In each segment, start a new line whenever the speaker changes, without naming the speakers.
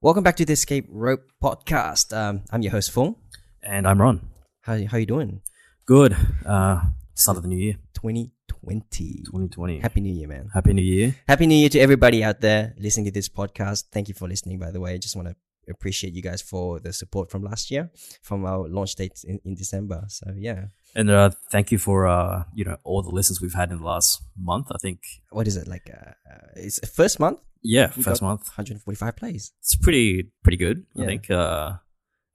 Welcome back to the Escape Rope Podcast. Um, I'm your host Fung.
And I'm Ron.
How how you doing?
Good. Uh, start of the new year,
2020.
2020.
Happy New Year, man.
Happy New Year.
Happy New Year to everybody out there listening to this podcast. Thank you for listening, by the way. Just want to appreciate you guys for the support from last year, from our launch date in, in December. So yeah,
And uh, thank you for uh, you know all the listens we've had in the last month. I think
what is it like? Uh, uh, it's first month,
yeah,
We
first
got-
month.
145 plays.
It's pretty pretty good.
Yeah.
I think. Uh,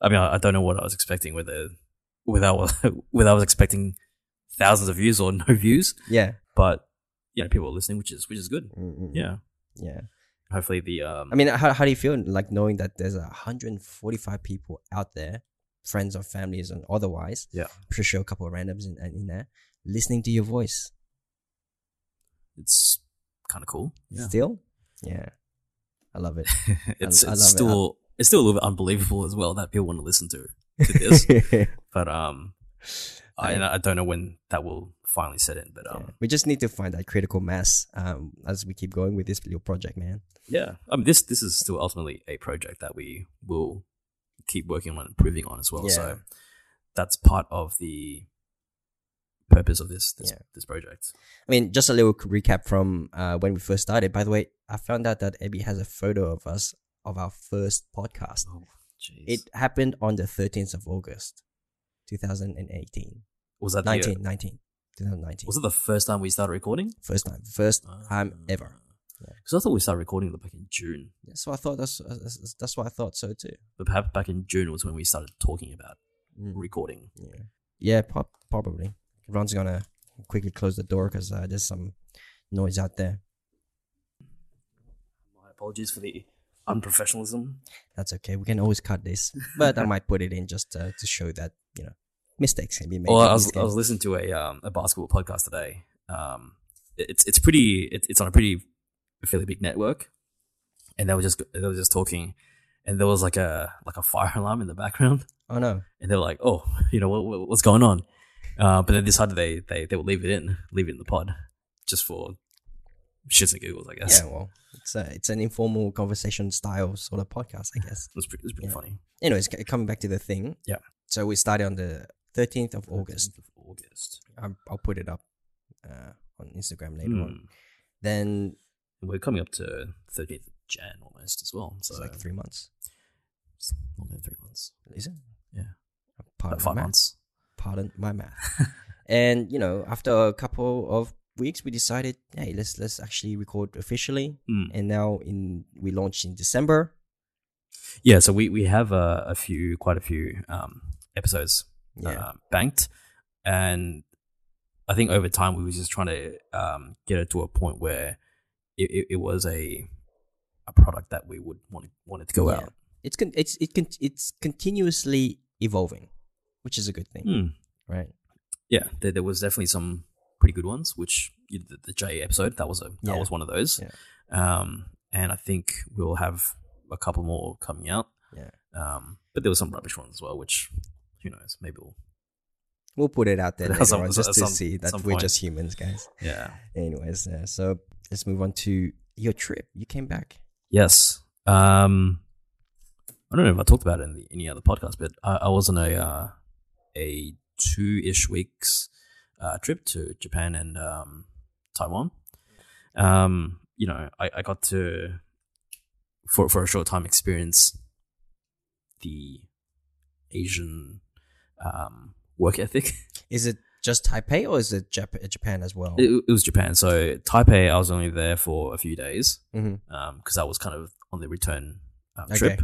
I mean, I, I don't know what I was expecting whether whether I was, whether I was expecting thousands of views or no views,
Yeah,
but you know people are listening, which is which is good.
Mm-mm.
Yeah.
yeah.
Hopefully the um,
I mean, how, how do you feel like knowing that there's 145 people out there, friends or families and otherwise?
Yeah.
I'm sure a couple of randoms in, in there listening to your voice
it's kind of cool. Yeah.
still. Yeah. I love it.
it's
I love
it's
it.
still it's still a little bit unbelievable as well that people want to listen to to this. but um, I, and I don't know when that will finally set in. But
Yeah.
um,
We just need to find that critical mass um, as we keep going with this little project, man.
yeah, I mean this this is still ultimately a project that we will keep working on and improving on as well. So
Yeah.
that's part of the purpose of this this,
Yeah.
this project.
I mean, just a little recap from uh, when we first started. By the way, I found out that Abby has a photo of us of our first podcast.
Oh, jeez.
It happened on the 13th of August, 2018.
was that 19.
19, 19, 2019.
was Ah. it the first time we started recording?
First time. First time ever. Yeah.
Because I thought we started recording back in June.
That's what I thought. That's, that's, that's what I thought so too.
But perhaps back in June was when we started talking about recording.
Yeah, yeah, po- probably. Ron's gonna quickly close the door because uh, there's some noise out there.
My apologies for the unprofessionalism.
That's okay. We can always cut this, but I might put it in just uh, to show that you know mistakes can be made.
Well,
in
I
this
was, I
game.
was listening to a um, a basketball podcast today. Um, it- it's it's pretty it, it's on a pretty fairly big network, and they were just they were just talking, and there was like a like a fire alarm in the background,
oh no!
and they were like, oh, you know what, what- what's going on, uh, but they decided they they they would leave it in leave it in the pod just for shits and giggles, I guess.
Yeah, well, it's a, it's an informal conversation style sort of podcast, I guess.
It was pretty, it was pretty
Yeah.
funny.
Anyways, c- coming back to the thing.
Yeah.
So we started on the 13th of August.
August.
I'm, I'll put it up uh, on Instagram later
Hmm.
on. Then
And we're coming up to thirteenth of Jan almost as well, so
it's like three months.
it's more than three months,
Is it? Uh,
Yeah.
Pardon
About
my
five
math.
months.
Pardon my math. and you know, after a couple of weeks, we decided, hey, let's let's actually record officially.
Mm.
And now in we launched in December.
Yeah, so we we have a, a few, quite a few um, episodes
Yeah,
uh, banked, and I think over time we were just trying to um, get it to a point where it, it, it was a a product that we would want wanted to go
Yeah.
out.
it's con- it's it con- it's continuously evolving, which is a good thing,
Hmm.
right?
Yeah, there, there was definitely some pretty good ones, which you know, the, the J episode that was a
Yeah.
that was one of those,
Yeah.
um, and I think we'll have a couple more coming out.
Yeah.
Um, but there were some rubbish ones as well, which who knows? Maybe we'll
We'll put it out there
At
later
some-
on just
at
to
some-
see that
some
we're
point.
just humans, guys.
yeah
Anyways, uh, so let's move on to your trip. You came back.
Yes. Um, I don't know if I talked about it in the, any other podcast, but I, I was on a uh, a two ish weeks uh, trip to Japan and um, Taiwan. Um, you know, I, I got to for for a short time experience the Asian um, work ethic.
Is it just Taipei or is it Jap- Japan as well?
It, it was Japan, so Taipei. I was only there for a few days
hmm
because I was kind of on the return um,
Okay.
trip.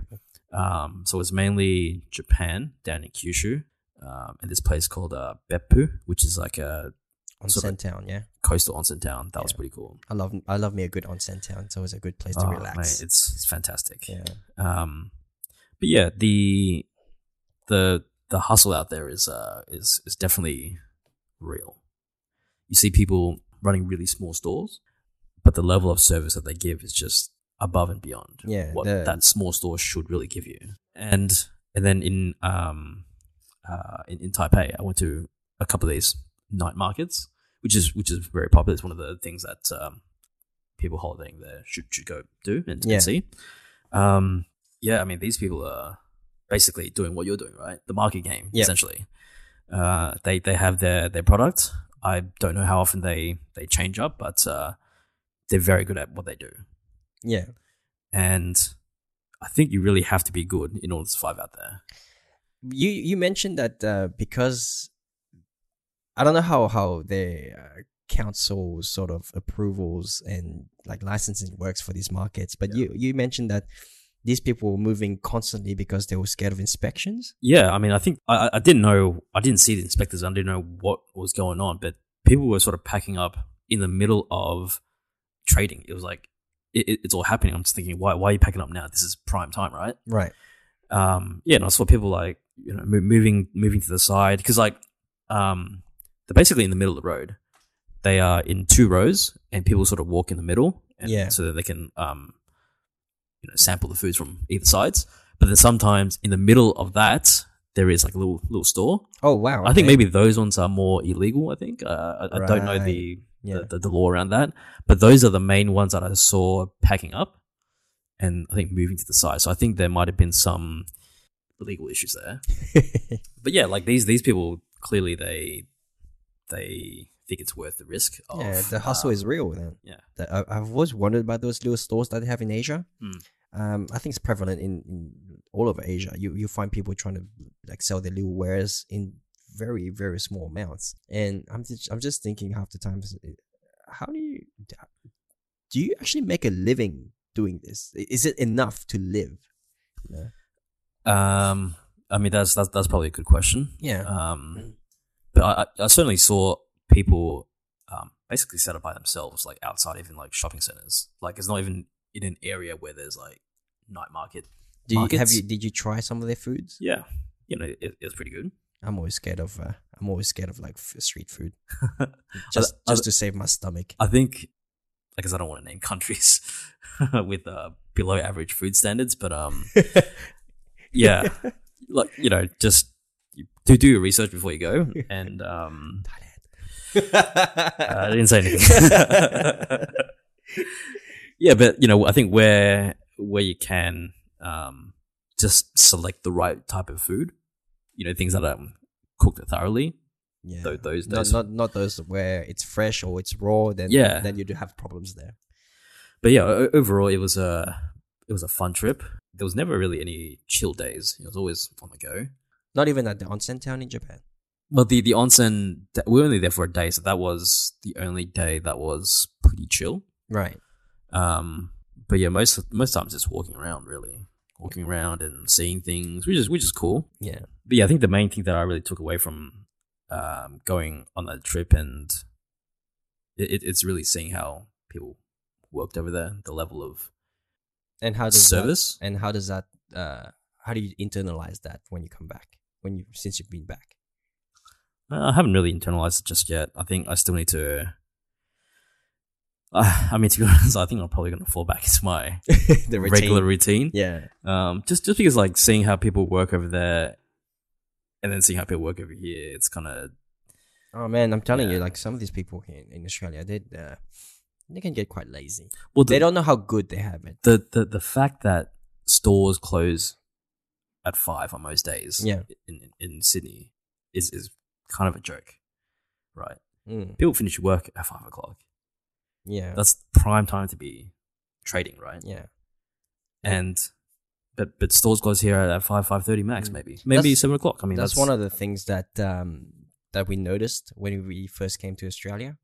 Um, so it's mainly Japan down in Kyushu, um, and this place called uh, Beppu, which is like a
Onsen
Sort of-
town, yeah.
coastal onsen town. That was pretty cool.
I love I love me a good onsen town. It's always a good place to
Oh,
relax.
mate, it's it's fantastic.
yeah,
Um, but yeah, the the the hustle out there is uh is is definitely real. You see people running really small stores, but the level of service that they give is just above and beyond
Yeah,
what
the-
that small store should really give you. And and then in um uh in, in Taipei, I went to a couple of these night markets, which is which is very popular. It's one of the things that um, people holidaying there should should go do and, and
Yeah.
see. Um, yeah, I mean, these people are basically doing what you're doing, right? The market game,
Yeah.
essentially. Uh, they they have their their product. I don't know how often they they change up, but uh, they're very good at what they do,
Yeah.
and I think you really have to be good in order to survive out there.
you you mentioned that uh, because I don't know how how the uh, council sort of approvals and like licensing works for these markets, but
Yeah.
you you mentioned that these people were moving constantly because they were scared of inspections.
Yeah, I mean, I think I, I- I didn't know, I didn't see the inspectors, I didn't know what was going on, but people were sort of packing up in the middle of trading. It was like, it, it- it's all happening. I'm just thinking, why, why are you packing up now? This is prime time, right?
Right.
Um, yeah, and I saw people like, you know, mo- moving, moving to the side because like, um, they're basically in the middle of the road. They are in two rows, and people sort of walk in the middle, and
Yeah.
so that they can, um, you know, sample the foods from either sides. But then sometimes in the middle of that, there is like a little little store.
Oh wow.
I think
okay.
maybe those ones are more illegal. I think uh, I, I don't know the,
Yeah.
the the law around that, but those are the main ones that I saw packing up, and I think moving to the side. So I think there might have been some legal issues there. But yeah, like these these people clearly they they think it's worth the risk. Of, uh,
yeah, the hustle is real then.
yeah.
That- I, I've always wondered about those little stores that they have in Asia.
Hmm.
Um, I think it's prevalent in, in all over Asia. You you find people trying to like sell their little wares in very very small amounts, and I'm just, I'm just thinking half the time, how do you do you actually make a living doing this? I- Is it enough to live? No.
Um, I mean that's that's that's probably a good question.
Yeah.
Um, but I, I- I certainly saw people um, basically set up by themselves, like outside even like shopping centers. Like it's not even in an area where there's like night market.
Do you, have
markets?
you did you try some of their foods?
Yeah, you know it, it was pretty good.
I'm always scared of uh, I'm always scared of like f- street food, just
Are-
just to save my stomach.
I think, I guess I don't want to name countries with uh, below average food standards, but um, yeah, like you know, just you do do your research before you go, and um, uh, I didn't say anything. yeah, but you know, I think where where you can um, just select the right type of food, you know, things that are cooked thoroughly.
yeah.
Tho- those,
not,
those.
not not those where it's fresh or it's raw. Then
Yeah.
then you do have problems there.
But yeah, o- overall, it was a it was a fun trip. There was never really any chill days. It was always on the go.
Not even at the onsen town in Japan.
Well, the the onsen th- we were only there for a day, so that was the only day that was pretty chill.
Right.
Um, but yeah, most most times it's walking around really, walking around and seeing things, which is which is cool.
Yeah.
But yeah, I think the main thing that I really took away from um, going on that trip and it, it- it's really seeing how people worked over there, the level of
And how does
service.
That, and how does that? Uh, how do you internalize that when you come back? When you since you've been back?
Uh, I haven't really internalized it just yet. I think I still need to. Uh, I mean, to be honest, I think I'm probably going to fall back into my
the routine.
regular routine.
Yeah.
um, just just because like seeing how people work over there, and then seeing how people work over here, it's kind of
Oh man, I'm telling
Yeah.
you, like some of these people here in, in Australia, they uh, they can get quite lazy.
well
They
the,
don't know how good they have it.
the the the fact that stores close at five on most days,
Yeah.
in in Sydney is is kind of a joke, right?
Mm,
People finish work at five o'clock.
yeah.
That's prime time to be trading, right?
yeah.
And but but stores close here at five five thirty max,
Mm.
maybe maybe
That's-
seven o'clock. I mean,
that's, one of the things that um, that we noticed when we first came to Australia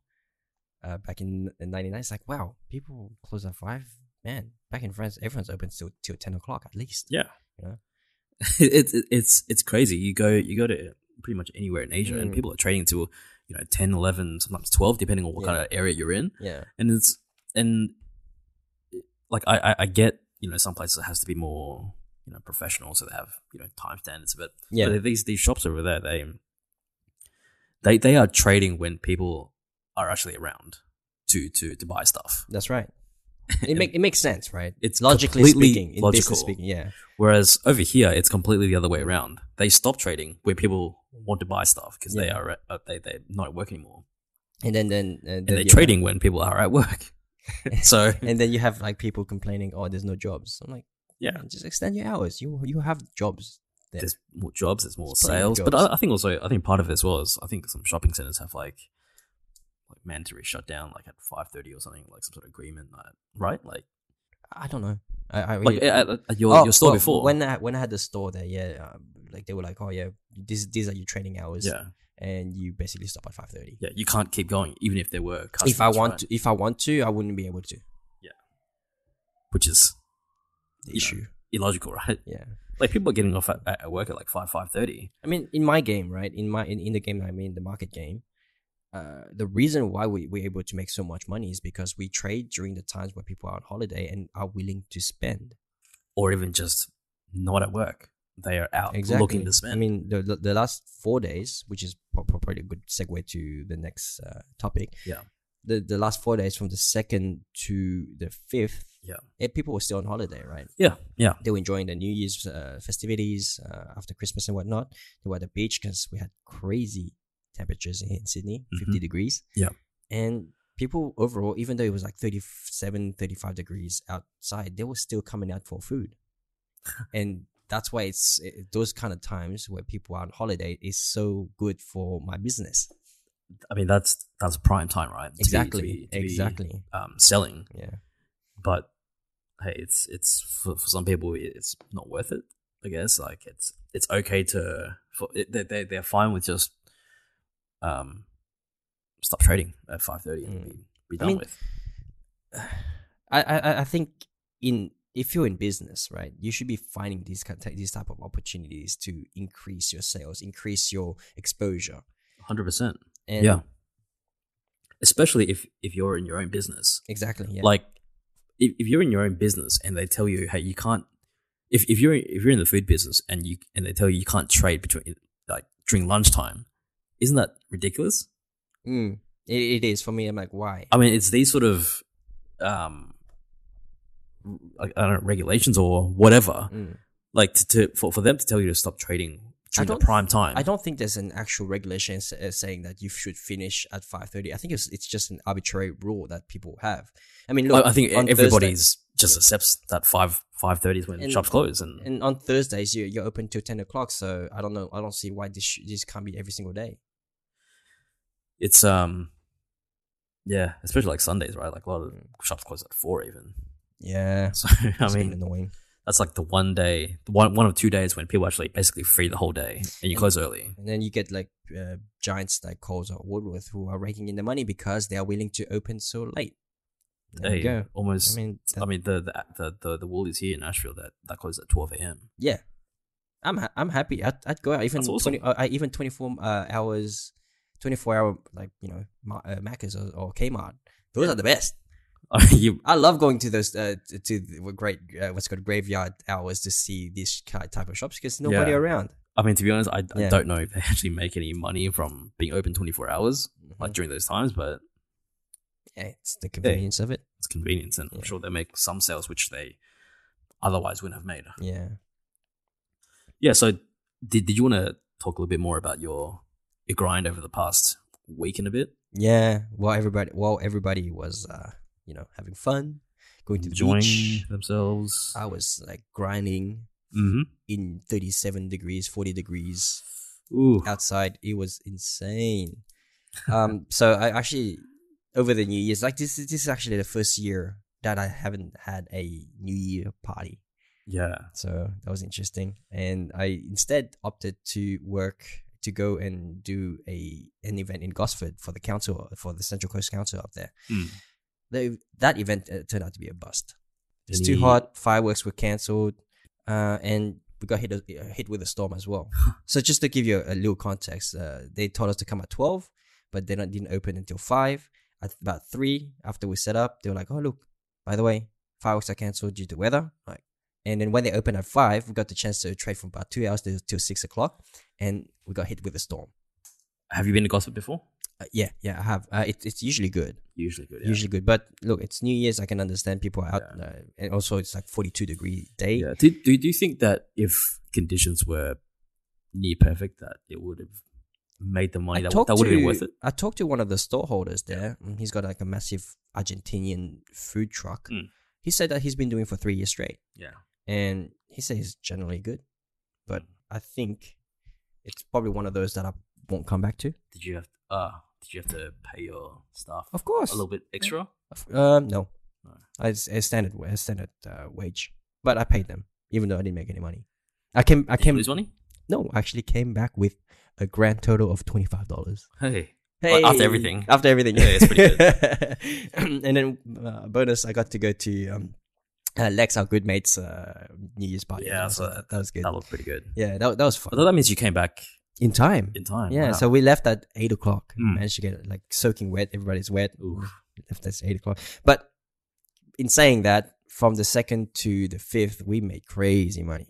uh, back in '99. It's like, wow, people close at five. Man, back in France, everyone's open till till ten o'clock at least.
Yeah.
Yeah.
it's it, it's it's crazy. You go you go to pretty much anywhere in Asia and
Mm.
people are trading till you know 10, 11, sometimes 12 depending on what
Yeah.
kind of area you're in.
Yeah,
And it's and like I I, I get, you know, some places it has to be more, you know, professional so they have, you know, time standards but
yeah,
but these these shops over there they they they are trading when people are actually around to to to buy stuff.
that's right. It make it makes sense, right?
It's
logically
completely
speaking, in
logical.
business speaking, yeah,
Whereas over here, it's completely the other way around. They stop trading where people want to buy stuff because they
Yeah.
are at, uh, they they're not at work anymore,
and then then uh, then
and they're
you-
trading when people are at work. so
and then you have like people complaining, oh, there's no jobs. I'm like,
Yeah.
And just extend your hours. You you have jobs. there.
There's more jobs, there's more
There's plenty of
sales. But
jobs.
I, I think also, I think part of it as well is I think some shopping centers have like like mandatory shutdown like at five thirty or something, like some sort of agreement, like, right? Like
I don't know. I, I really,
like at, at- at your
Oh,
your store
well,
before.
When I when I had the store there, yeah, um, like they were like, oh yeah, this these are your training hours,
yeah,
and you basically stop at five thirty.
yeah, you can't keep going even if there were customers.
If I want
right?
to, if I want to, I wouldn't be able to.
which is
The
Yeah.
issue,
illogical, right?
yeah.
Like people are getting off at, at work at like five five thirty.
I mean, in my game, right? In my in, in the game that I'm in, the market game, uh, the reason why we, we're able to make so much money is because we trade during the times where people are on holiday and are willing to spend.
or even just not at work. They are out looking to spend.
I mean, the, the the last four days, which is pro- pro- probably a good segue to the next uh, topic.
Yeah.
The the last four days from the second to the fifth.
Yeah.
eh, people were still on holiday, right?
yeah, yeah,
They were enjoying the New Year's uh, festivities uh, after Christmas and whatnot. They were at the beach because we had crazy temperatures in, in Sydney, 50 degrees.
Mm-hmm. Yeah.
And people overall, even though it was like 37, 35 degrees outside, they were still coming out for food. and that's why it's it, those kind of times where people are on holiday is so good for my business.
I mean that's that's prime time, right? To be- to
Exactly.
be- to be,
exactly.
um, selling,
Yeah.
but hey, it's it's for, for some people it's not worth it. I guess like it's it's okay to for it, they they they're fine with just um stop trading at five thirty and
Mm.
be, be
I
done
mean,
with.
I, I I- I think in if you're in business, right, you should be finding these kind these type of opportunities to increase your sales, increase your exposure.
Hundred percent.
And
Yeah. Especially if if you're in your own business,
exactly. Yeah.
like if, if you're in your own business and they tell you hey you can't if, if you're if you're in the food business and you and they tell you you can't trade between like during lunchtime isn't that ridiculous
Mm. it, it is for me. I'm like, why?
i mean it's these sort of um like, i don't know regulations or whatever
Mm.
like to, to for, for them to tell you to stop trading during the
don't-
prime time
I don't think there's an actual regulation s- uh, saying that you should finish at five thirty. I think it's it's just an arbitrary rule that people have. I mean, look,
I, I think
on
everybody's just accepts that 5 five thirty is when
And-
shops close and,
Thursday- and on Thursdays you you're open till ten o'clock. So I don't know. I don't see why this sh- this can't be every single day.
it's um yeah especially like sundays right like a lot of
Mm.
shops close at four even
Yeah,
So
it's
I
been
mean,
annoying.
that's like the one day, the one one of two days when people actually basically free the whole day and you close early.
And then you get like uh, giants like Coles or Woodworth who are raking in the money because they are willing to open so late. There
Hey,
you go. I
almost. I mean,
mean, that-
the the the the, the Woolies here in Nashville that that closes at twelve a.m.
yeah, I'm ha- I'm happy. I'd, I'd go out even
That's awesome.
twenty, uh, I- even twenty four uh, hours, twenty four hour like you know Ma- uh, Macca's or, or Kmart. Those are the best.
I mean, you
I love going to those uh, t- to the great uh, what's it called graveyard hours to see this ki- type of shops because nobody
Yeah.
around.
I mean, to be honest, I, I
Yeah.
don't know if they actually make any money from being open twenty four hours like
Mm.
during those times, but
Yeah, Mm-hmm. it's the convenience of it.
it's convenience, and I'm
Yeah.
sure they make some sales which they otherwise wouldn't have made.
Yeah.
Yeah. So, did did you want to talk a little bit more about your your grind over the past week and a bit?
Yeah, while everybody while everybody was uh, you know having fun, going to the
Enjoying
beach,
themselves.
I was like grinding
mm-hmm.
in 37 degrees, 40 degrees
Ooh.
outside. It was insane. Um, so I actually over the New Year's, like this is this is actually the first year that I haven't had a New Year party.
Yeah.
So that was interesting. And I instead opted to work to go and do a an event in Gosford for the council for the Central Coast Council up there.
Mm.
They, that event uh, turned out to be a bust. It's
Any-
too hot. Fireworks were cancelled, uh, and we got hit uh, hit with a storm as well. so just to give you a, a little context, uh, they told us to come at twelve, but they don't, didn't open until five. At about three, after we set up, they were like, "Oh look, by the way, fireworks are cancelled due to weather." Like. And then when they opened at five, we got the chance to trade from about two hours to, till six o'clock, and we got hit with a storm.
Have you been to Gosford before?
Uh, yeah, yeah, I have. Uh, it, it's usually good,
Usually good.
usually good. But look, it's New Year's. I can understand people are out, uh, and also it's like forty-two degree day.
Yeah. Do, do do you think that if conditions were near perfect, that it would have made the money
I
that,
talked
that would have been
to-
worth it?
I talked to one of the storeholders there. and He's got like a massive Argentinian food truck.
Mm.
He said that he's been doing it for three years straight.
Yeah.
and he says it's generally good,
Hmm.
but I think it's probably one of those that I won't come back to.
Did you have uh did you have to pay your staff
Of course,
a little bit extra?
Um, no,
No.
I it's a standard a standard uh, wage, but I paid them even though I didn't make any money. I came, I
Did you
came.
lose money?
No, I actually came back with a grand total of twenty five dollars.
Hey. Well, after everything.
After everything.
Yeah, it's pretty
good. and then uh, bonus, I got to go to um, uh, Lex, our good mate's uh, New Year's party.
Yeah,
as well,
I saw
that, that was good.
That looked pretty good.
yeah, that, that was fun.
Although that means you came back
In time.
in time.
yeah,
Wow.
so we left at eight o'clock.
Mm.
Managed to get like soaking wet. Everybody's wet.
Oof.
Left at eight o'clock. But in saying that, from the second to the fifth, we made crazy money.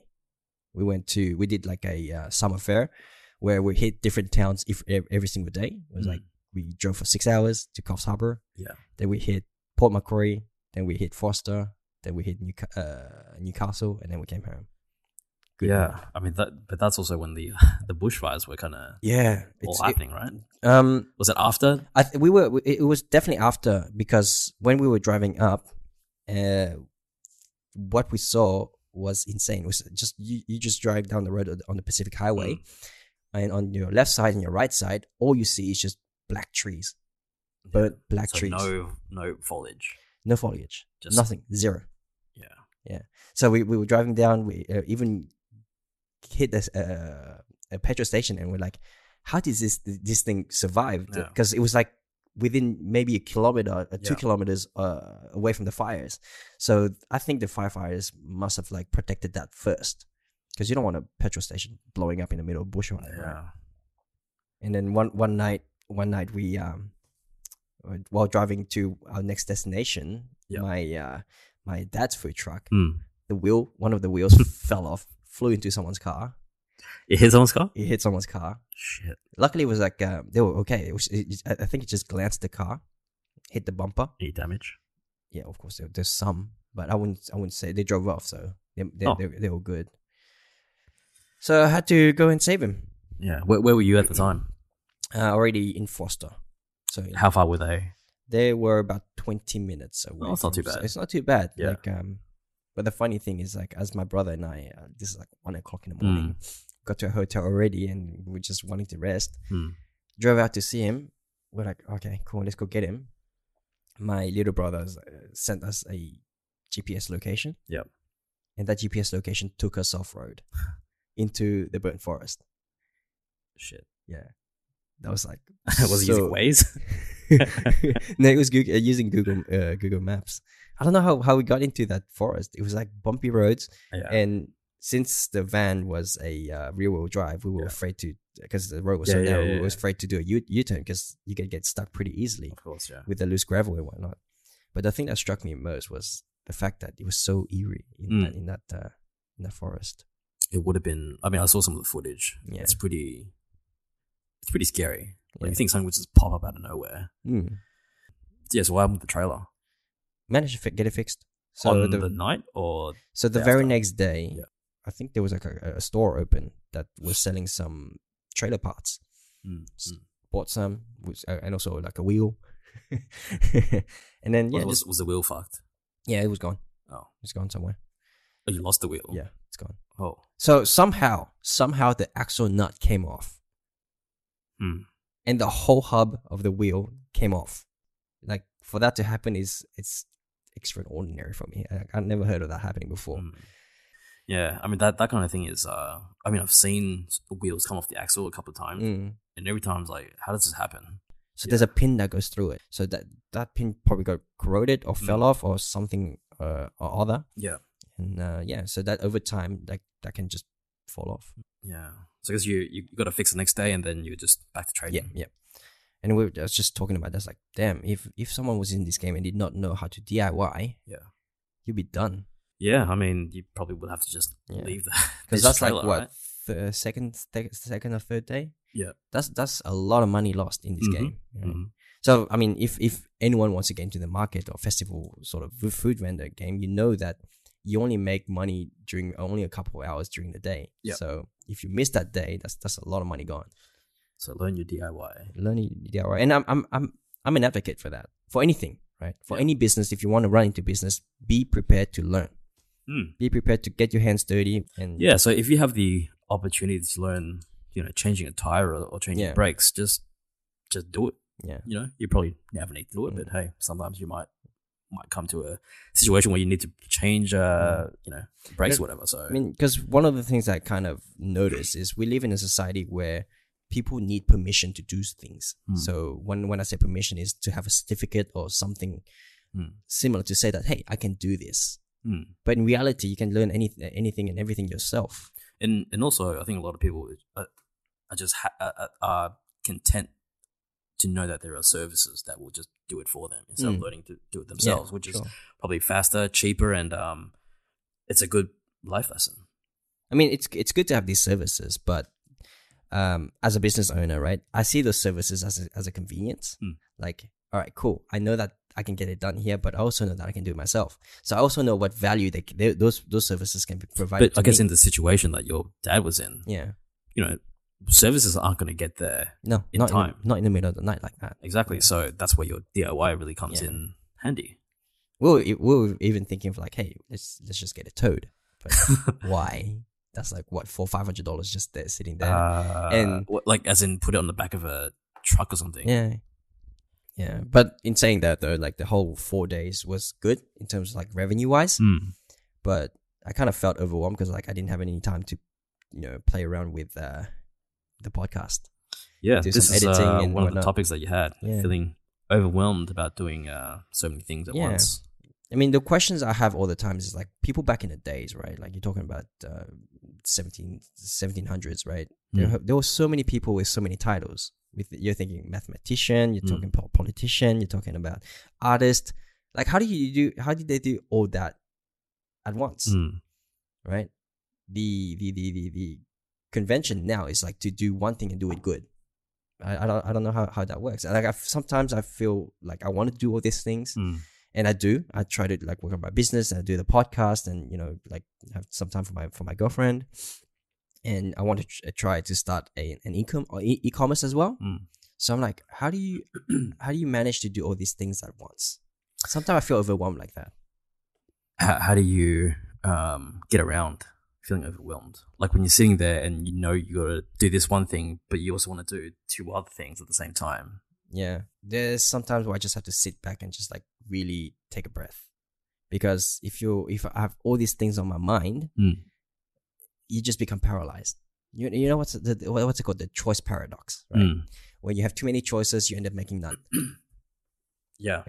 We went to we did like a uh, summer fair where we hit different towns if ev- every single day. It was
Mm.
like we drove for six hours to Coffs Harbour.
Yeah.
Then we hit Port Macquarie. Then we hit Foster. Then we hit New, uh, Newcastle, and then we came home.
yeah.
night.
I mean that but that's also when the the bushfires were kinda
yeah.
all
It's, it,
happening, right?
um,
Was it after?
I th- we were we- it was definitely after because when we were driving up, uh, what we saw was insane. It was just you, you just drive down the road on the- on the Pacific Highway,
Mm.
and on your left side and your right side, all you see is just black trees, burnt black
so
trees, no,
no no foliage.
foliage,
Just
nothing, zero.
Yeah.
So we, we were driving down. We uh, even hit this, uh, a petrol station, and we're like, "How did this this thing survive?"
Yeah.
Because it was like within maybe a kilometer, uh, two
Yeah.
kilometers uh, away from the fires. So I think the firefighters must have like protected that first, because you don't want a petrol station blowing up in the middle of bushfire. Right?
Yeah.
And then one one night, one night we um, while driving to our next destination,
Yeah.
my uh, my dad's food truck
Mm.
the wheel, one of the wheels fell off, flew into someone's car.
It hit someone's car?
It hit someone's car.
Shit.
Luckily, it was like uh, they were okay. It was, it, it- I I think it just glanced the car, hit the bumper.
Any damage?
Yeah, of course there, there's some, but I wouldn't. I wouldn't say they drove off, so they they,
Oh.
they they were good. So I had to go and save him.
Yeah. Where, where were you at the time?
Uh, already in Foster, so
How far were they?
they were about twenty minutes away.
it's not
from-
too
so
bad.
it's not too bad.
Yeah.
Like, um, but the funny thing is, like, as my brother and I, uh, this is like one o'clock
Hmm.
in the morning, got to a hotel already, and we're just wanting to rest.
Mm.
Drove out to see him. We're like, okay, cool, let's go get him. My little brother uh, sent us a GPS location.
Yep.
And that GPS location took us off road into the burnt forest.
Shit.
Yeah. That was like
was it using
so-
ways?
no, it was Google, uh, using Google uh, Google Maps. I don't know how, how we got into that forest. It was like bumpy roads,
Yeah.
and since the van was a uh, rear wheel drive, we were
Yeah.
afraid to because the road was so
Yeah, yeah,
narrow.
yeah,
we were
yeah.
afraid to do a U U turn because you could get stuck pretty easily
Of course, yeah.
with the loose gravel and whatnot. But the thing that struck me most was the fact that it was so eerie in
Mm.
that in that uh, in that forest.
It would have been. I mean, I saw some of the footage.
Yeah.
It's pretty. It's pretty scary. Like
Yeah.
you think something would just pop up out of nowhere.
Mm.
Yeah. So what happened with the trailer?
Managed to fi- get it fixed. So
On
the,
the, night or
So the
day
very
after.
next day,
Yeah.
I think there was like a, a store open that was selling some trailer parts.
Mm,
S-
mm.
Bought some, which, uh, and also like a wheel. and then yeah,
was,
just-
was the wheel fucked?
yeah, it was gone.
Oh.
it's gone somewhere.
Oh, you lost the wheel.
Yeah, it's gone.
Oh.
So somehow, somehow the axle nut came off,
Hmm.
and the whole hub of the wheel came off. Like for that to happen is it's extraordinary for me. I, I've never heard of that happening before.
Mm. Yeah. I mean that that kind of thing is. Uh. I mean, I've seen s- wheels come off the axle a couple of times,
Mm.
and every time I was like, how does this happen?
So there's a pin that goes through it. So that that pin probably got corroded or fell off or something uh, or other.
Mm. Yeah.
And uh, yeah, so that over time that that can just fall off.
Yeah. So I guess you you got to fix the next day, and then you're just back to trading.
Yeah, yeah. And we were I was just talking about that's like, damn, if if someone was in this game and did not know how to DIY,
Yeah.
you'd be done.
Yeah, I mean, you probably would have to just
Yeah.
leave that
Because
this
that's like
trailer,
what
right?
th- second th- second or third day.
Yeah.
that's that's a lot of money lost in this
Mhm,
game. right?
Mhm.
So I mean, if if anyone wants to get into the market or festival sort of fu- food vendor game, you know that you only make money during only a couple of hours during the day.
Yep.
So if you miss that day, that's that's a lot of money gone.
So learn your DIY.
Learning the hour, and I'm I'm I'm I'm an advocate for that for anything, right? For
Yeah.
any business, if you want to run into business, be prepared to learn.
Mm.
Be prepared to get your hands dirty and
Yeah, so if you have the opportunity to learn, you know, changing a tire or, or changing
Yeah.
brakes, just just do it.
yeah. Mm.
You know, you probably never need to do it, but hey, sometimes you might might come to a situation where you need to change, uh, you know, brakes or whatever. So
Mm. I mean, because one of the things I kind of notice is we live in a society where people need permission to do things.
Hmm.
So when when I say permission is to have a certificate or something
Hmm.
similar to say that hey, I can do this.
mm.
But in reality, you can learn any anything and everything yourself.
and and also I think a lot of people are, are just ha- are, are- are content to know that there are services that will just do it for them instead of
Mm.
learning to do it themselves, which is
sure.
probably faster, cheaper, and um, it's a good life lesson.
I mean, it's it's good to have these services, but um, as a business owner, right, I see those services as a, as a convenience.
Hmm.
Like, all right, cool. I know that I can get it done here, but I also know that I can do it myself. So I also know what value they, c- they those those services can be provided.
But
to
I guess
me.
in the situation that your dad was in,
yeah,
you know, services aren't going to get there
no,
in
not
time.
in, not in the middle of the night like that.
exactly. So that's where your DIY really comes
Yeah.
in handy.
We were, we were even thinking of like, hey, let's let's just get a toad. But why? That's like what four five hundred dollars just there sitting there.
Uh,
And-
what- like as in put it on the back of a truck or something.
Yeah. Yeah. But in saying that though, like the whole four days was good in terms of like revenue wise.
Mm.
But I kind of felt overwhelmed because like I didn't have any time to, you know, play around with uh the podcast.
Yeah,
Do
this
some
is
editing
uh,
and
one of the
whatnot.
topics that you had.
Yeah.
Feeling overwhelmed about doing uh, so many things at
Yeah.
once.
I mean, the questions I have all the time is like people back in the days, right? Like you're talking about uh, 17, 1700s, right? There,
Mm.
ha- there were so many people with so many titles. With you're thinking mathematician, you're
Mm.
talking po- politician, you're talking about artist. Like, how do you do? How did they do all that at once?
Mm.
right? The the the the, the convention now is like to do one thing and do it good. I, I don't I don't know how, how that works. Like I sometimes I feel like I want to do all these things
Mm.
and I do. I try to like work on my business and I do the podcast and you know like have some time for my for my girlfriend. And I want to tr- uh, try to start a, an income or e- e-commerce as well.
Mm.
So I'm like, how do you how do you manage to do all these things at once? Sometimes I feel overwhelmed like that.
How, how do you um, get around feeling overwhelmed? Like when you're sitting there and you know you got to do this one thing, but you also want to do two other things at the same time.
Yeah. There's sometimes where I just have to sit back and just like really take a breath. Because if you if I have all these things on my mind,
Mm.
you just become paralyzed. You, you know what's the, the- what's it called the choice paradox, right?
Mm.
When you have too many choices, you end up making none.
Yeah.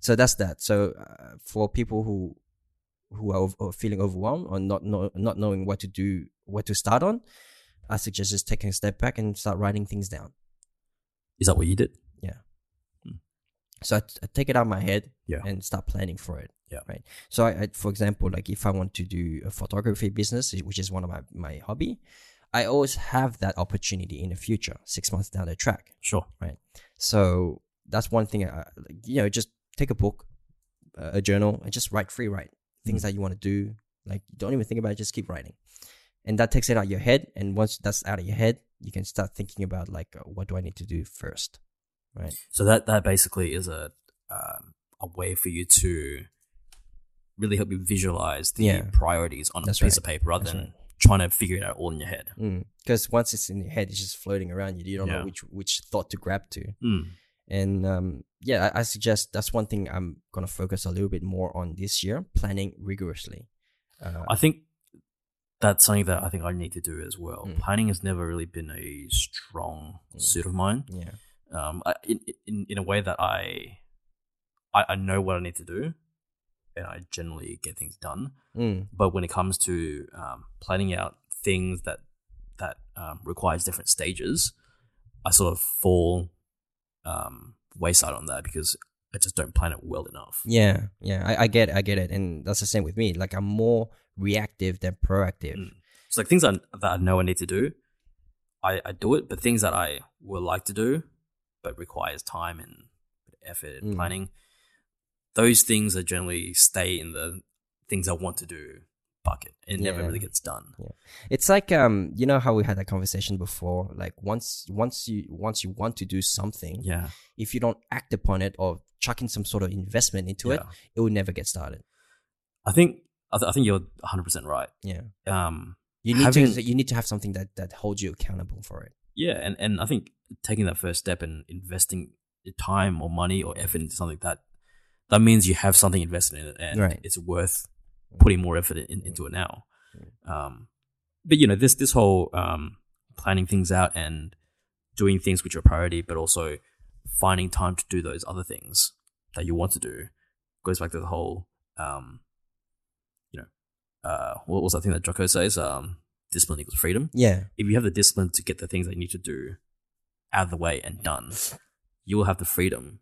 So that's that. So uh, for people who who are, ov- are feeling overwhelmed or not know, not knowing what to do, what to start on, I suggest just taking a step back and start writing things down.
Is that what you did?
So I, I take it out of my head
Yeah.
and start planning for it.
Yeah.
Right. So I, I, for example, like if I want to do a photography business, which is one of my my hobby, I always have that opportunity in the future, six months down the track.
Sure.
So that's one thing. I, like, you know, just take a book, uh, a journal, and just write free write things
Mm-hmm.
that you want to do. Like don't even think about it. Just keep writing, and that takes it out of your head. And once that's out of your head, you can start thinking about like uh, what do I need to do first, right?
So that that basically is a um, a way for you to really help you visualize the
Yeah.
priorities on a
That's
piece
right.
of paper rather
That's
than trying to figure it out all in your head.
because once it's in your head, it's just floating around you. You don't
Mm. Yeah.
know which which thought to grab to.
Mm.
And um, yeah, I, I suggest that's one thing I'm gonna focus a little bit more on this year: planning rigorously. Uh,
I think that's something that I think I need to do as well.
Mm.
Planning has never really been a strong suit of mine.
yeah,
Um, I, in, in in a way that I, I I know what I need to do, and I generally get things done.
mm,
But when it comes to um, planning out things that that um, requires different stages, I sort of fall um, wayside on that because I just don't plan it well enough.
yeah, yeah. I, I get, it, I get it, and that's the same with me. Like I'm more reactive than proactive.
Mm. So like things I, that I know I need to do, I, I do it. But things that I would like to do, but requires time and effort and
Mm.
planning, those things I generally stay in the things I want to do bucket. It never
Yeah.
really gets done.
It's like um, you know how we had that conversation before. Like once, once you, once you want to do something,
Yeah,
if you don't act upon it or chuck in some sort of investment into it,
Yeah.
it will never get started.
I think I, th- I think you're 100 percent right.
Yeah,
Um,
you need to
Having-
you need to have something that that holds you accountable for it.
yeah, and, and I think taking that first step and investing your time or money or effort into something that that means you have something invested in it, and
Right.
it's worth putting more effort in, into it now. Um, but you know this this whole um, planning things out and doing things which are priority, but also finding time to do those other things that you want to do goes back to the whole um, you know uh, what was that thing that Jocko says um, discipline equals freedom
Yeah,
if you have the discipline to get the things that you need to do out of the way and done, you will have the freedom,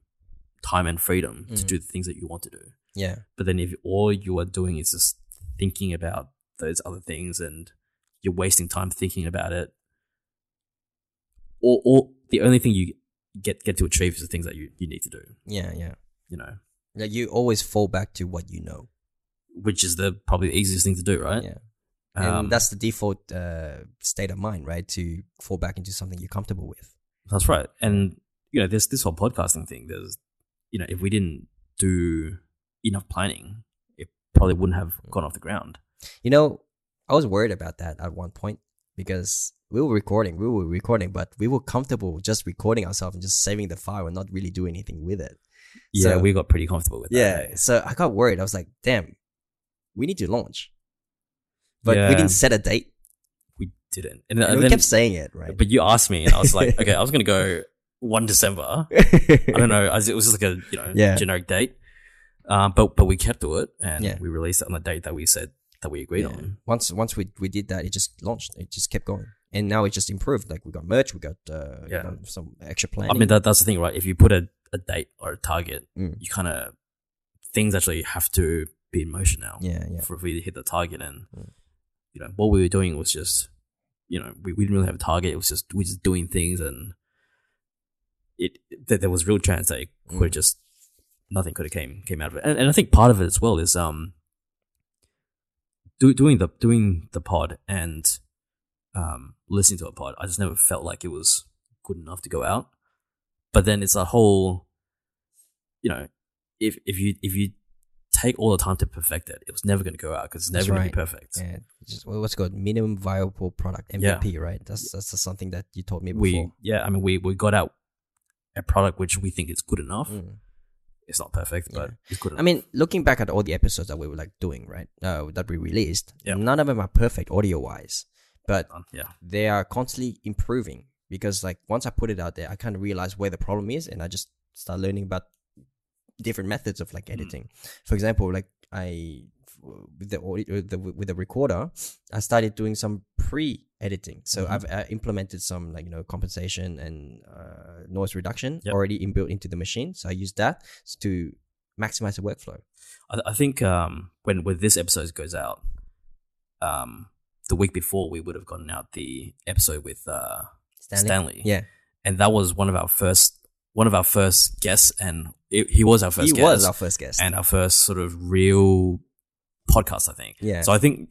time and freedom to
Mm.
do the things that you want to do.
yeah,
But then if all you are doing is just thinking about those other things and you're wasting time thinking about it, or, or the only thing you get get to achieve is the things that you, you need to do,
yeah, yeah.
you know,
Like you always fall back to what you know.
which is the probably the easiest thing to do, right?
Yeah. And
Um,
that's the default uh, state of mind, right? To fall back into something you're comfortable with.
That's right. And you know, there's this whole podcasting thing. There's you know, if we didn't do enough planning, it probably wouldn't have gone off the ground.
You know, I was worried about that at one point because we were recording, we were recording, but we were comfortable just recording ourselves and just saving the file and not really doing anything with it.
Yeah,
So-
we got pretty comfortable with that.
Yeah.
eh?
So I got worried. I was like, damn, we need to launch. But we
Yeah.
didn't set a date.
we didn't. And,
And
and
we
then,
kept saying it, right?
but you asked me, and I was like, okay, I was gonna go one December. I don't know. I was- It was just like a you know
Yeah.
generic date. Um, but but we kept to it, and
Yeah.
we released it on the date that we said that we agreed
Yeah.
on.
Once once we we did that, it just launched. It just kept going, and now it just improved. Like we got merch, we got uh, you
Yeah.
know, some extra
I
planning.
mean, that, that's the thing, right? If you put a, a date or a target,
Mm.
you kind of things actually have to be in motion now.
yeah, yeah,
for if we hit the target and
Mm.
you know what we were doing was just you know we, we didn't really have a target it was just we were just doing things and it that there was real chance that it could have
Mm.
just nothing could have came came out of it and, and i think part of it as well is um do, doing the doing the pod and um listening to a pod i just never felt like it was good enough to go out but then it's a whole you know if if you if you take all the time to perfect it it was never going to go out because it's
That's
never going
right.
to be perfect
yeah. Just well, what's it called minimum viable product
Yeah.
MVP, right? That's that's something that you told me
we
before.
yeah i mean we we got out a product which we think is good enough
Mm.
it's not perfect but
Yeah.
it's good enough
I mean, looking back at all the episodes that we were like doing, right? Uh, that we released,
Yeah.
none of them are perfect audio wise, but
yeah
they are constantly improving because like once I put it out there, I kind of realize where the problem is, and I just start learning about different methods of
Hmm.
like editing. For example, like I with the audio, the, with the recorder, I started doing some pre-editing. So
Mhm.
I've uh, implemented some like you know compensation and uh, noise reduction
Yep.
already inbuilt into the machine. So I use that s- to maximize the workflow.
I, I think um, when when this episode goes out, um, the week before we would have gotten out the episode with uh, Stanley,
Yeah,
and that was one of our first one of our first guests, and it, he was our first
he
guest,
was our first guest.
and our first sort of real podcast, I think.
yeah,
So I think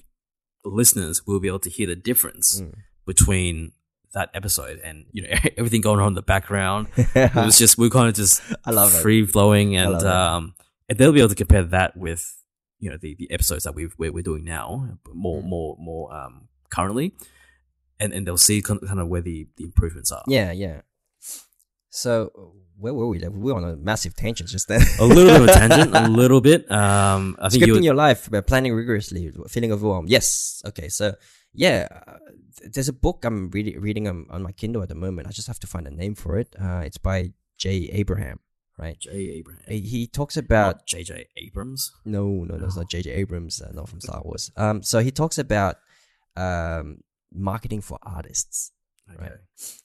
listeners will be able to hear the difference
Mm.
between that episode and you know everything going on in the background. It was just we are kind of just
I love it.
free flowing,
I
and
love it.
um, and they'll be able to compare that with you know the, the episodes that we've we're, we're doing now, more
Mm.
more more um currently, and and they'll see kind of, kind of where the the improvements are.
Yeah, yeah. So where were we? Like, we were on a massive tangent just then.
a little bit of a tangent, a little bit. Um, I think you
Scripting
were,
your life, but planning rigorously, feeling overwhelmed. Yes. Okay. So yeah, uh, th- there's a book I'm reading reading on, on my Kindle at the moment. I just have to find a name for it. Uh, it's by J. Abraham. Right.
J. Abrams,
He he talks
not
about
J.J. Abrams.
no, no, no, it's not J.J. Abrams, uh, not from Star Wars. Um, so he talks about um marketing for artists.
Okay.
Right.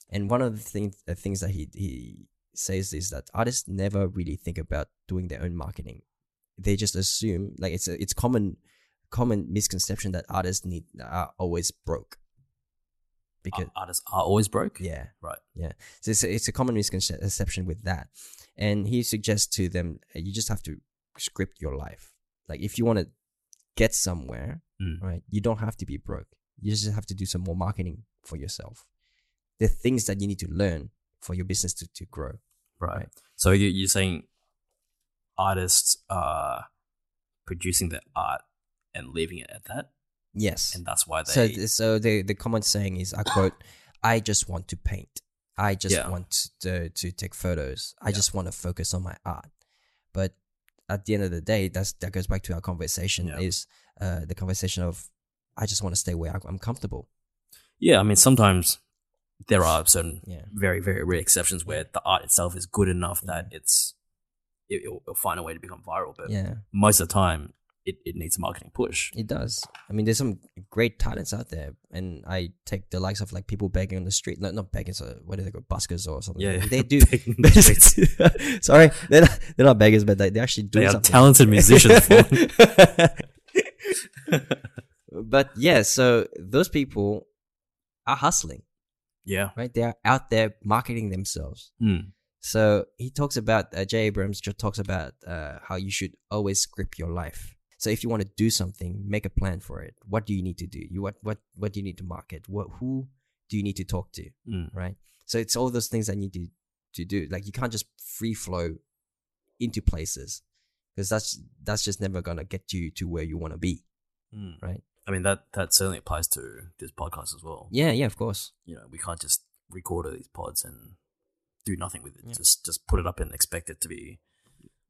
And one of the things, the things that he he says is that artists never really think about doing their own marketing. They just assume like it's a, it's common common misconception that artists need are always broke. Because
Ar- artists are always broke.
yeah,
Right.
yeah. So it's a, it's a common misconception with that. And he suggests to them uh, you just have to script your life. Like if you want to get somewhere,
Mm.
right? You don't have to be broke. You just have to do some more marketing for yourself. The things that you need to learn for your business to, to grow.
Right.
Right.
So you, you're saying artists are producing their art and leaving it at that,
Yes.
and that's why they.
so th- so the the common saying is I quote, I just want to paint. I just
Yeah.
want to to take photos. I
Yeah.
just want to focus on my art. But at the end of the day, that's that goes back to our conversation
Yeah.
is uh, the conversation of I just want to stay where I- I'm comfortable.
yeah, I mean, sometimes there are certain
Yeah.
very very rare exceptions where the art itself is good enough that it's it, it'll, it'll find a way to become viral. But
Yeah,
most of the time, it, it needs a marketing push.
it does. I mean, there's some great talents out there, and I take the likes of like people begging on the street. No, not begging. So what do they call buskers or something?
Yeah,
they do.
Taking the streets.
Sorry, they're not, they're not beggars, but they, they actually do
they are
something.
talented musicians. Paul.
but yeah, so those people are hustling,
yeah,
right? They are out there marketing themselves.
Hmm.
So he talks about uh, Jay Abrams just talks about uh, how you should always script your life. So if you want to do something, make a plan for it. What do you need to do? You what what what do you need to market? What who do you need to talk to?
Hmm.
Right. So it's all those things that you need to to do. Like you can't just free flow into places because that's that's just never gonna get you to where you want to be.
Hmm.
Right.
I mean that that certainly applies to this podcast as well.
Yeah, yeah, of course.
you know, we can't just record all these pods and do nothing with it.
Yeah.
Just just put it up and expect it to be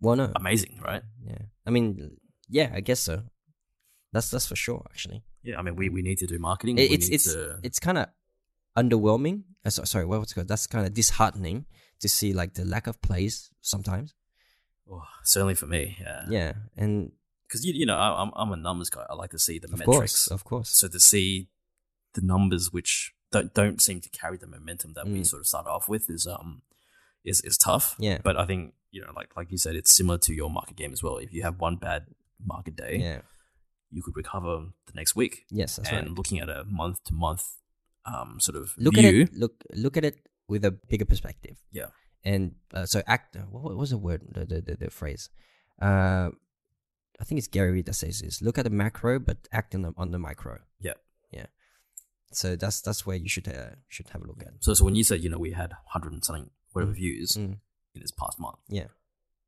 Well, no,
amazing, right?
yeah. I mean, yeah, I guess so. That's that's for sure. Actually,
Yeah, I mean, we, we need to do marketing.
It-
we
it's
need
it's
to,
it's kind of underwhelming. Uh, so, sorry, what, what's it called? That's kind of disheartening to see like the lack of plays sometimes.
oh, certainly for me, yeah,
Yeah, and
because you you know I, I'm I'm a numbers guy. I like to see the
of
metrics.
course, of course,
So to see the numbers, which don't don't seem to carry the momentum that we
Mm.
sort of started off with, is um is is tough.
Yeah.
but I think you know, like like you said, it's similar to your market game as well. If you have one bad market day,
yeah,
you could recover the next week.
yes, that's
and
right.
looking at a month to month um sort of
Look at
view.
it. Look look at it with a bigger perspective.
Yeah.
and uh, so act. What what was the word? The the, the, the phrase. Uh, I think it's Gary Vee that says this. Look at the macro, but act on the, on the micro.
Yeah.
yeah. So that's that's where you should uh, should have a look at.
So so when you said, you know, we had hundred and something whatever views
Mm.
in this past month.
Yeah.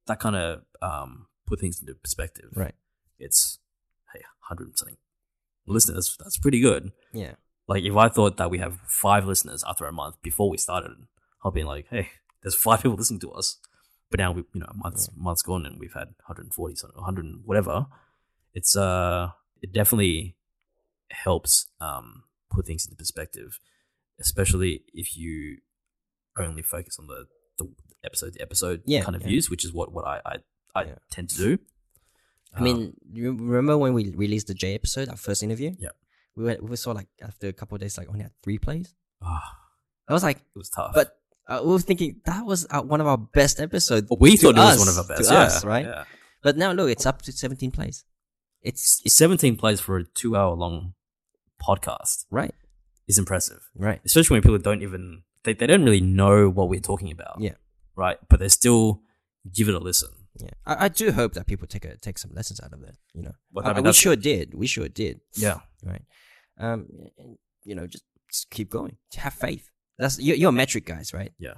That kind of um put things into perspective.
Right.
It's hey, hundred and something listeners, that's pretty good.
Yeah.
Like if I thought that we have five listeners after a month before we started, I'll be like, hey, there's five people listening to us. But now we you know, a month's month's gone and we've had 140 something, 100 and whatever. It's uh it definitely helps um put things into perspective, especially if you only focus on the, the episode to episode
Yeah,
kind of
yeah.
views, which is what, what I I, I
Yeah.
tend to do.
I
Uh,
mean, you remember when we released the J episode, our first interview?
Yeah.
We were, we saw like after a couple of days, like only had three plays.
Um,
I was like,
it was tough.
but uh, we were thinking that was our, one of our best episodes.
we
to
thought it was
us-
one of our best,
to
yeah,
us, right?
yeah.
But now look, it's up to seventeen plays. It's
s- 17 plays for a two hour long podcast
right,
is impressive,
right.
especially when people don't even, they, they don't really know what we're talking about.
Yeah.
Right. But they still give it a listen.
Yeah, I, I do hope that people take a, take some lessons out of that. You know,
Well,
I-
I mean,
we
that's-
sure did. We sure did.
Yeah.
Right. Um, and, you know, just, just keep going. Have faith. That's you're, you're a metric guys, right?
Yeah.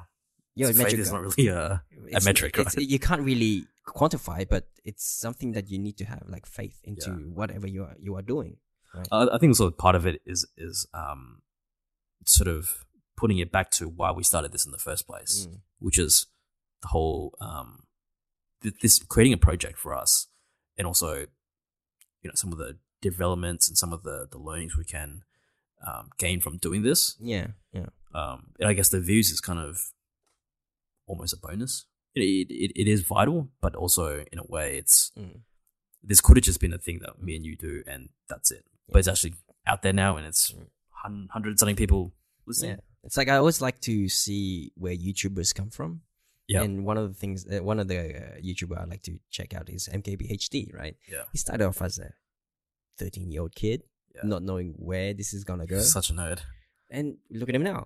You're
So
a
faith
metric
is
guy.
not really a, a
It's-
metric, right?
it's- You can't really quantify, it, but it's something that you need to have like faith into
Yeah.
whatever you are you are doing.
Uh, I I think sort of part of it is, is, um, sort of putting it back to why we started this in the first place,
Mm.
which is the whole, um, th- this creating a project for us and also you know some of the developments and some of the the learnings we can um, gain from doing this
Yeah, yeah,
um, and i guess the views is kind of almost a bonus it, it, it is vital but also in a way it's
Mm.
this could have just been a thing that me and you do and that's it but it's actually out there now and it's
Mm.
hun- hundred something people listening
yeah. It's like I always like to see where YouTubers come from.
Yeah.
And one of the things, uh, one of the uh, YouTuber I like to check out is MKBHD, right?
Yeah.
He started off as a 13 year old kid,
Yeah.
not knowing where this is going to go.
such a nerd
and look at him now.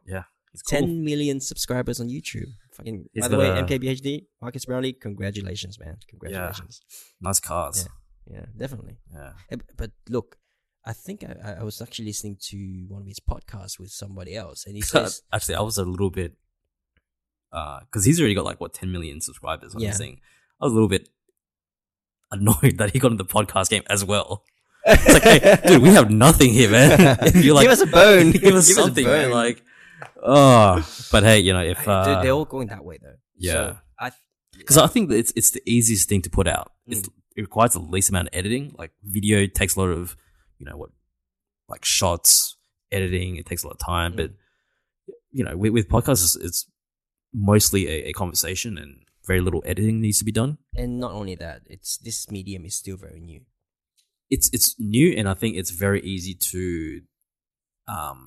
it's cool.
10 million subscribers on YouTube. Fucking,
He's
by the
got
way,
a-
MKBHD, Marcus Brownlee, congratulations, man. Congratulations.
nice cars
yeah definitely.
yeah
Eh, b- But look, I think I, I- I was actually listening to one of his podcasts with somebody else, and he says,
actually, I was a little bit because he's already got like what 10 million subscribers on
Yeah.
this thing. I was a little bit annoyed that he got in the podcast game as well. It's like, hey, dude, we have nothing here, man. If you like,
give us a bone.
give us something, man. Like, oh, but hey, you know, if
Hey, dude,
uh,
they're all going that way though.
yeah.
So I
Because I think that it's it's the easiest thing to put out.
Mm.
It's, it requires the least amount of editing. Like video takes a lot of you know what, like shots, editing. It takes a lot of
Mm.
time. But you know, with, with podcasts, it's, it's mostly a, a conversation and very little editing needs to be done.
and not only that, it's this medium is still very new.
It's it's new, and I think it's very easy to um,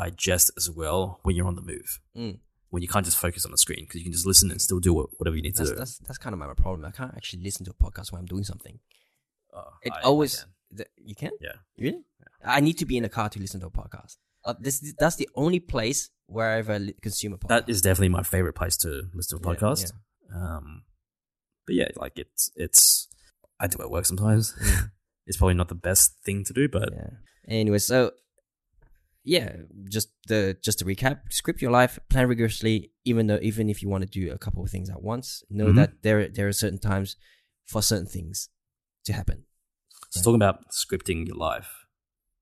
digest as well when you're on the move.
Mm.
When you can't just focus on the screen because you can just listen and still do what, whatever you need
That's
to do.
that's that's kind of my problem. I can't actually listen to a podcast when I'm doing something.
Oh,
It
I- I
always
can.
th- you can
Yeah.
really. I need to be in a car to listen to a podcast. Uh, this that's the only place where I ever li- consume a podcast.
that is definitely my favorite place to listen to a
Yeah,
podcast. Um, but yeah, like it's it's I do it at work sometimes. it's probably not the best thing to do, but
Mm. yeah. Anyway, so yeah, just the just to recap, script your life, plan rigorously, even though even if you want to do a couple of things at once, know
Mhm.
that there there are certain times for certain things to happen.
so talking about scripting your life.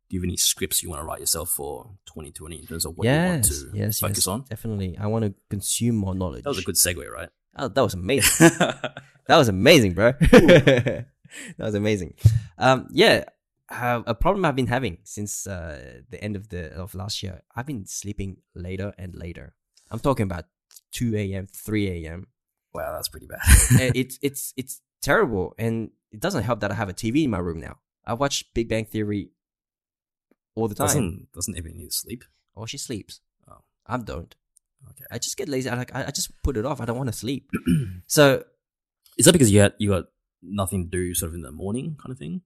Do you have any scripts you want to write yourself for 2020 in terms of what you want
yes,
to
yes,
focus
yes,
on?
Definitely, I want to consume more knowledge.
That was a good segue, right?
Oh, that was amazing. that was amazing, bro. that was amazing. Um, yeah, uh, a problem I've been having since uh, the end of the of last year. I've been sleeping later and later. I'm talking about two a.m., three a.m.
wow, that's pretty bad.
Uh, it's it's it's terrible, and it doesn't help that I have a TV in my room now. I watch Big Bang Theory all the time.
doesn't doesn't even need to sleep.
Or she sleeps.
Oh.
I don't.
Okay.
I just get lazy. I like I, I just put it off. I don't want to sleep. so
Is that because you got you got nothing to do sort of in the morning kind of thing?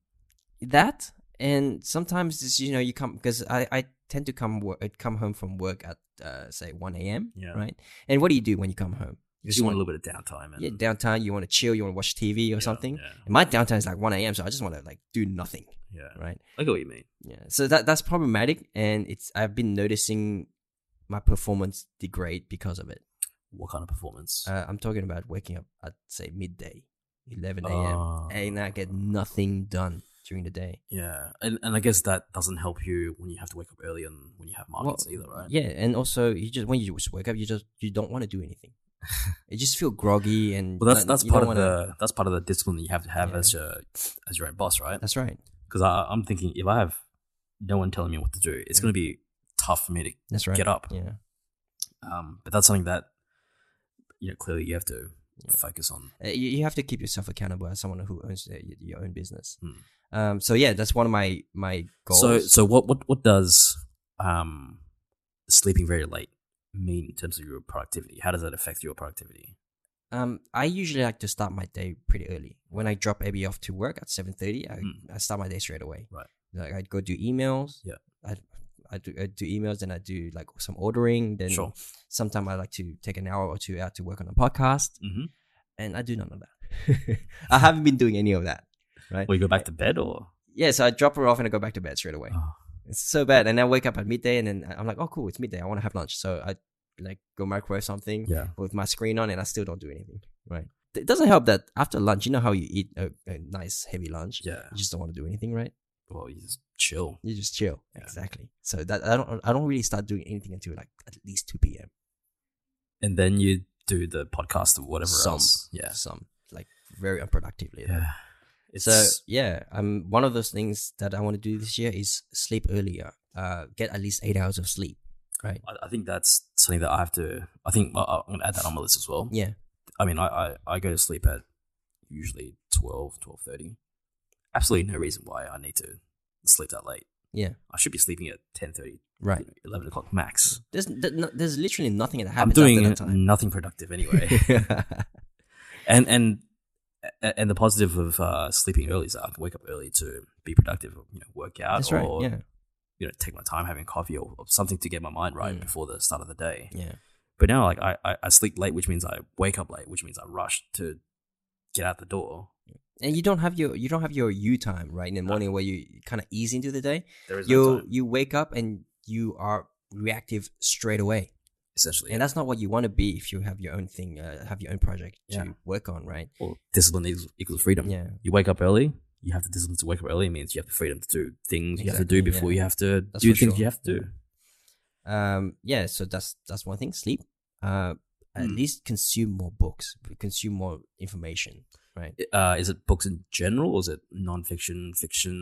that and sometimes it's, you know you come because I, I tend to come work come home from work at uh, say 1 a.m
Yeah.
right and what do you do when you come home
Because you want a little bit of downtime and
yeah downtown you want to chill you want to watch tv or
yeah,
something
Yeah,
and my downtime is like 1 a.m so i just want to like do nothing
yeah.
right
I get what you mean.
yeah so that that's problematic and it's i've been noticing my performance degrade because of it
What kind of performance?
uh, i'm talking about waking up at say midday 11 a.m
Ah.
and i get nothing done during the day
Yeah, and, and I guess that doesn't help you when you have to wake up early and when you have markets either, right?
Yeah, and also you just when you just wake up, you just you don't want to do anything. you just feel groggy and.
Well, that's
not-
that's
you don't
part of
wanna-
the that's part of the discipline that you have to have
Yeah.
as your as your own boss, right?
That's right.
Because I'm thinking if I have no one telling me what to do, it's going to be tough for me to
That's right.
get up.
Yeah.
Um, but that's something that you know clearly you have to focus on.
Uh, You, you have to keep yourself accountable as someone who owns their, your own business.
Hmm.
Um. So yeah, that's one of my my goals.
So so what what what does um sleeping very late mean in terms of your productivity? How does that affect your productivity?
um, I usually like to start my day pretty early. When I drop Abby off to work at seven thirty, I
Hmm.
I start my day straight away.
Right.
Like I'd go do emails.
Yeah.
I. I do, I do emails and I do like some ordering. Then
Sure.
sometimes I like to take an hour or two out to work on a podcast.
Mm-hmm.
and I do none of that. I haven't been doing any of that.
Will you go back to bed or?
Yeah, so I drop her off and I go back to bed straight away.
Oh.
It's so bad. And I wake up at midday and then I- I'm like, oh, cool, it's midday. I want to have lunch. So I like go microwave something
Yeah.
with my screen on and I still don't do anything. Right. It doesn't help that after lunch, you know how you eat a, a nice heavy lunch?
Yeah.
You just don't want to do anything, right?
Well, you just chill.
You just chill.
Yeah.
Exactly. So that I don't I don't really start doing anything until like at least 2 p.m.
and then you do the podcast or whatever
some,
else. Yeah.
Some. Like very unproductively. though.
Yeah. It's uh,
So yeah, um, one of those things that I want to do this year is sleep earlier. Uh, get at least eight hours of sleep. Right.
I, I think that's something that I have to. I think I, I'm gonna add that on my list as well.
Yeah.
I mean, I, I, I go to sleep at usually 12, 12.30. Absolutely no reason why I need to sleep that late.
Yeah.
I should be sleeping at 10.30,
Right.
11 o'clock max.
There's th- no, there's literally nothing that
I'm
happens
doing
after that time.
nothing productive anyway. and and and the positive of uh, sleeping early is that I can wake up early to be productive, you know, work out
That's right.
or
Yeah.
you know take my time having coffee or, or something to get my mind right
Mm.
before the start of the day
Yeah.
but now like I, I i sleep late which means i wake up late which means i rush to get out the door
And you don't have your you don't have your you time right in the morning where you kind of ease into the day.
there is no
You
time,
you wake up and you are reactive straight away,
essentially
and that's not what you want to be if you have your own thing, uh, have your own project to
Yeah.
work on, right?
or discipline equals, equals freedom
Yeah.
you wake up early you have the discipline to wake up early means you have the freedom to do things you have to
Exactly,
do before
yeah.
you have to
That's
do
for
things
sure.
you have to do.
um yeah so that's that's one thing sleep uh at
Hmm.
least consume more books consume more information right
Uh, is it books in general or is it non-fiction, fiction?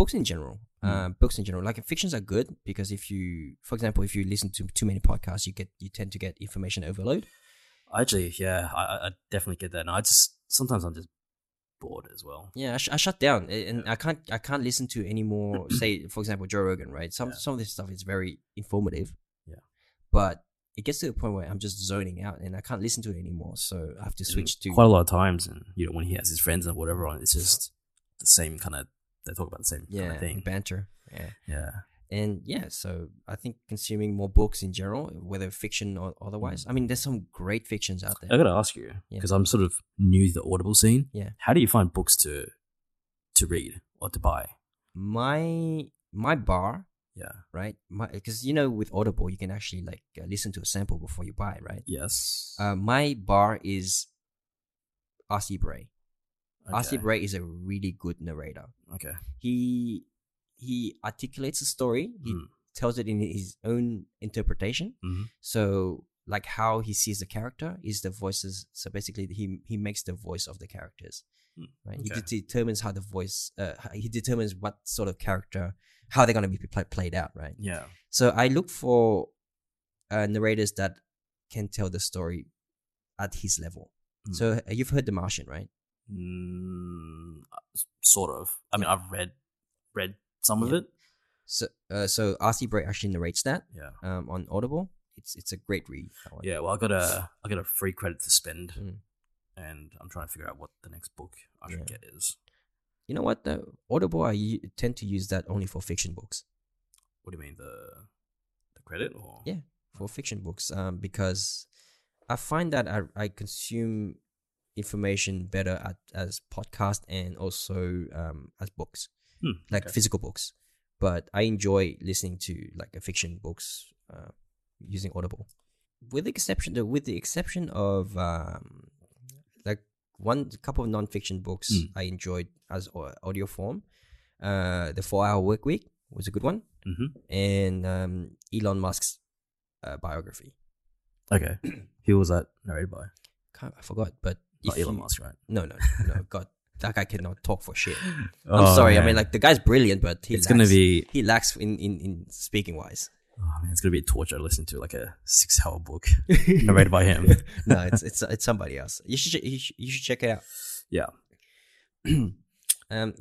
books in general
Hmm.
uh, books in general like fictions are good because if you for example if you listen to too many podcasts you get you tend to get information overload
Actually, yeah, I, I- I definitely get that. And I just sometimes I'm just bored as well.
yeah i, sh- I shut down a- and i can't i can't listen to any more say for example joe rogan right some
Yeah.
some of this stuff is very informative
Yeah.
but it gets to the point where i'm just zoning out and i can't listen to it anymore so i have to
And
switch to
quite a lot of times, and you know when he has his friends and whatever on, it's just the same kind of they talk about the same
yeah
kind of thing.
banter yeah
Yeah,
and yeah so i think consuming more books in general whether fiction or otherwise
Mm.
i mean there's some great fictions out
I
there
gotta ask you
Yeah.
because I'm sort of new to the Audible scene.
Yeah.
how do you find books to to read or to buy?
my my bar
Yeah.
right my because you know with audible you can actually like uh, listen to a sample before you buy it right
Yes.
uh, my bar is rc bray
okay.
rc bray is a really good narrator
Okay.
he he articulates a story he
Mm.
tells it in his own interpretation
Mhm.
so like how he sees the character is the voices so basically he he makes the voice of the characters
Mm,
right
okay.
he de- determines how the voice uh, h- he determines what sort of character how they're going to be pl- played out right
Yeah.
so i look for uh, narrators that can tell the story at his level
Mm.
so uh, you've heard the martian right
Mm, s- sort of. I mean, I've read read some of
Yeah.
it.
so uh, so rc bray actually narrates that
Yeah.
um, on audible it's it's a great read that one.
Yeah. Well, I got a I got a free credit to spend,
Mm.
and I'm trying to figure out what the next book I should
Yeah.
get is.
you know what though audible i u- tend to use that only for fiction books
What do you mean the the credit or
Yeah. for fiction books um, because I find that I, I consume information better at, as podcast and also um, as books,
Hmm,
like
okay.
physical books. But I enjoy listening to like a fiction books uh, using Audible, with the exception though, with the exception of um, like one couple of nonfiction books
Hmm.
I enjoyed as au- audio form. Uh, the Four Hour Work Week was a good one
Mm-hmm.
and um, Elon Musk's uh, biography.
Okay. Who was that narrated by?
Can't, I forgot, but
Not
if
Elon
you-
Musk, right?
No, no, no. no, God, that guy cannot talk for shit. I'm sorry. I mean, like the guy's brilliant, but he
Oh, it's
lacks,
gonna be
he lacks in in, in speaking wise.
oh, man, it's gonna be torture. Listening to like a six hour book narrated by him.
no, it's it's it's somebody else. You should you should, you should check it out.
Yeah.
um.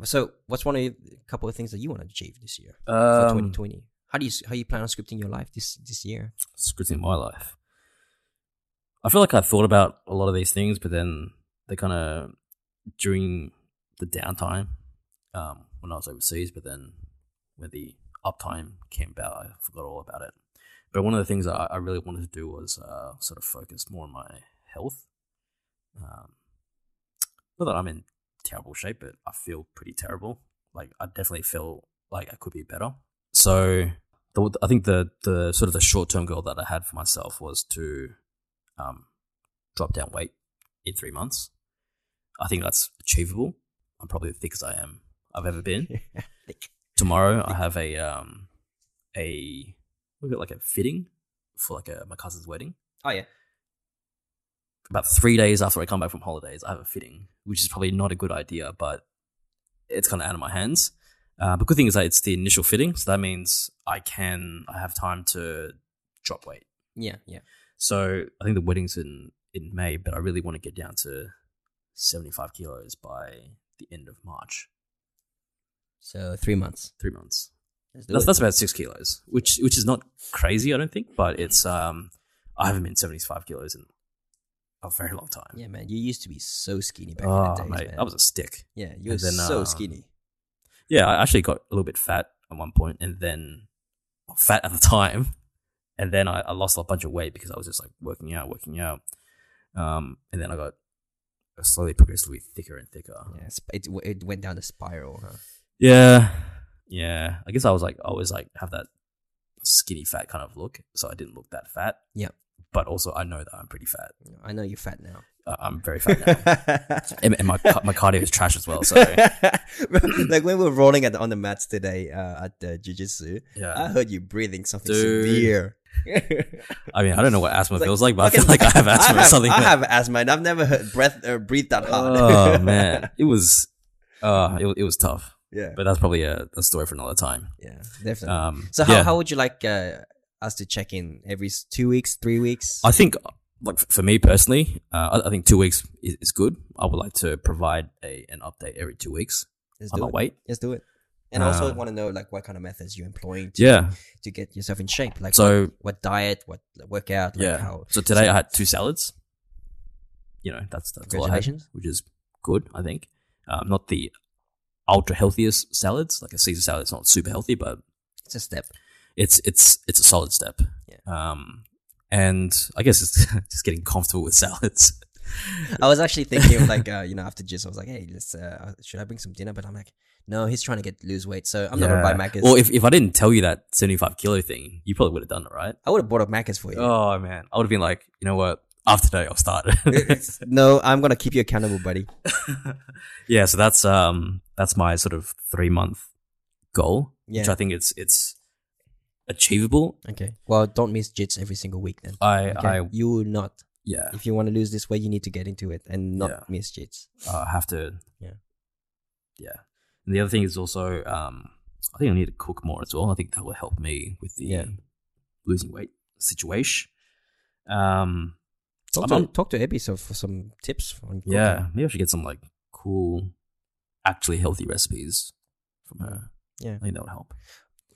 So, what's one of a couple of things that you want to achieve this year for
Um,
2020? How do you s- how you plan on scripting your life this this year?
scripting my life. I feel like I thought about a lot of these things, but then they kind of during the downtime um, when I was overseas. But then when the uptime came about, I forgot all about it. But one of the things that I, I really wanted to do was uh, sort of focus more on my health. Um, not that I'm in terrible shape, but I feel pretty terrible. Like I definitely feel like I could be better. So the, I think the the sort of the short term goal that I had for myself was to um, drop down weight in three months. I think that's achievable. I'm probably the thickest I am I've ever been. Tomorrow I have a um a we got like a fitting for like a my cousin's wedding.
oh yeah.
About three days after I come back from holidays, I have a fitting, which is probably not a good idea, but it's kind of out of my hands. Uh, but good thing is that it's the initial fitting, so that means I can I have time to drop weight.
Yeah, yeah.
So I think the wedding's in in May, but I really want to get down to seventy five kilos by the end of March.
So three months.
Three months.
Let's do
That's,
it.
that's about six kilos, which which is not crazy, I don't think, but it's um I haven't been seventy five kilos in a very long time.
Yeah, man, you used to be so skinny back
Oh,
in the days,
mate,
man.
I was a stick.
yeah, you were
and then,
so
uh,
skinny.
Yeah, I actually got a little bit fat at one point, and then well, fat at the time, and then I, I lost a bunch of weight because I was just like working out, working out, um, and then I got slowly, progressively thicker and thicker.
Yeah, sp- it w- it went down the spiral. Huh?
Yeah. Yeah. I guess I was like I always like have that skinny fat kind of look, so I didn't look that fat.
Yeah.
but also I know that I'm pretty fat.
I know you're fat now. uh,
Uh, I'm very fat now, and, and my ca- my cardio is trash as well. So
like when we were rolling at the, on the mats today uh, at the jujitsu, I
yeah,
heard you breathing something
Uh-huh. Dude.
severe.
I mean I don't know what asthma
It's like,
feels like, but I feel
fucking-
like I have
I
asthma or
have,
something.
I have asthma, and I've never heard breath uh, breathe that hard.
oh man, it was uh it, wa- it was tough,
yeah,
but that's probably a, a story for another time.
yeah, definitely.
Um,
so how,
yeah.
how would you like uh, us to check in every s- two weeks, three weeks?
I think, like f- for me personally, uh, I, I think two weeks is, is good. I would like to provide a an update every two weeks
Let's
on
do
my
it.
weight.
Let's do it. And I also
Uh,
want to know like what kind of methods you're employing to,
Yeah.
to get yourself in shape. Like
So
what diet, what workout, like
yeah.
how.
so today I had two salads. You know that's that's all I had,
Congratulations.
which is good. I think um, not the ultra healthiest salads, like a Caesar salad. It's not super healthy, but
It's a step.
it's it's it's a solid step.
Yeah.
Um, and I guess it's just getting comfortable with salads.
I was actually thinking of like uh, you know after gist, I was like, hey, let's uh, should I bring some dinner? But I'm like, no, he's trying to get lose weight, so I'm not gonna buy Macca's.
Well, if, if I didn't tell you that seventy five kilo thing, you probably would have done it, right?
I would have bought a Macca's for you.
Oh man, I would have been like, you know what? After today, I'll start.
It's- no, I'm gonna keep you accountable, buddy.
yeah, so that's um that's my sort of three month goal, which
Yeah.
I think it's it's achievable.
Okay. Well, don't miss jits every single week then.
I
Okay?
I
you will not.
yeah
If you want to lose this weight, you need to get into it and not
Yeah.
miss jits.
uh, have to
Yeah.
yeah. And the other thing is also um I think I need to cook more as well. I think that will help me with the
Yeah.
losing weight situation. Um
Talk
I'm
to,
on-
talk to Abby so for some tips on cooking.
yeah, maybe I should get some like cool, actually healthy recipes from her.
Yeah.
I think that would help.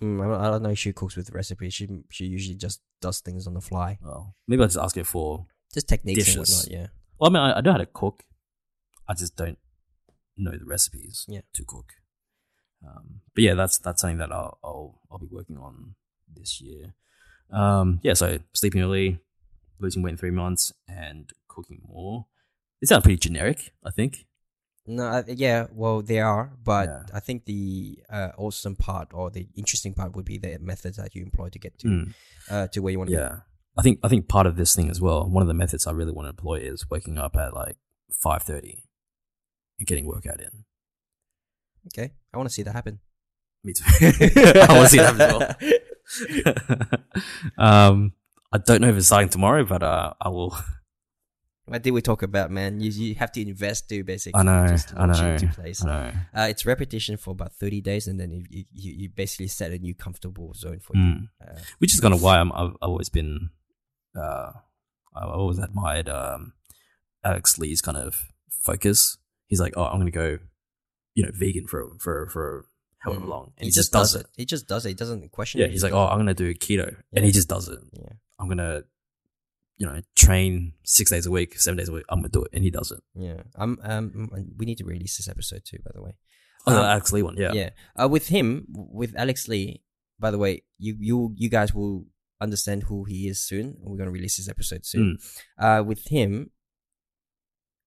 Mm, I don't- I don't know if she cooks with recipes. She she usually just does things on the fly,
Well, maybe I'll just ask her for
just techniques and
Dishes.
whatnot. Yeah.
Well, I mean, I, I know how to cook. I just don't know the recipes
Yeah.
to cook. Um, but yeah, that's that's something that I'll, I'll I'll be working on this year. Um, yeah, so sleeping early, losing weight in three months, and cooking more. It sounds pretty generic, I think.
No, I- yeah, well, they are, but
Yeah.
I think the uh, awesome part or the interesting part would be the methods that you employ to get to
Mm.
uh, to where you want to
Yeah, I think I think part of this thing as well. One of the methods I really want to employ is waking up at like five thirty and getting workout in.
be. Okay, I want to see that happen.
Me too. I want to see that as well. um, I don't know if it's starting tomorrow, but uh, I will.
What did we talk about, man? You, you have to invest too, basically.
I know,
just
I
launch
know,
Into place.
I know.
Uh, it's repetition for about thirty days, and then you, you, you you basically set a new comfortable zone for you.
Mm.
Uh,
Which is kind of why I'm, I've I've always been. Uh, I've always admired um, Alex Lee's kind of focus. He's like, oh, I'm gonna go, you know, vegan for for for however
Mm.
long, and
he, just does it. He just does it. He doesn't question
Yeah,
it.
he's like, oh, I'm gonna do keto,
Yeah.
and he just does it.
Yeah.
I'm gonna, you know, train six days a week, seven days a week. I'm gonna do it, and he does it.
yeah. Um, um, mm, we need to release this episode too, by the way.
Oh, the
Um,
Alex Lee one, yeah,
yeah. Uh, with him, with Alex Lee, by the way, you you you guys will understand who he is soon. We're gonna release this episode soon.
Mm.
Uh, with him,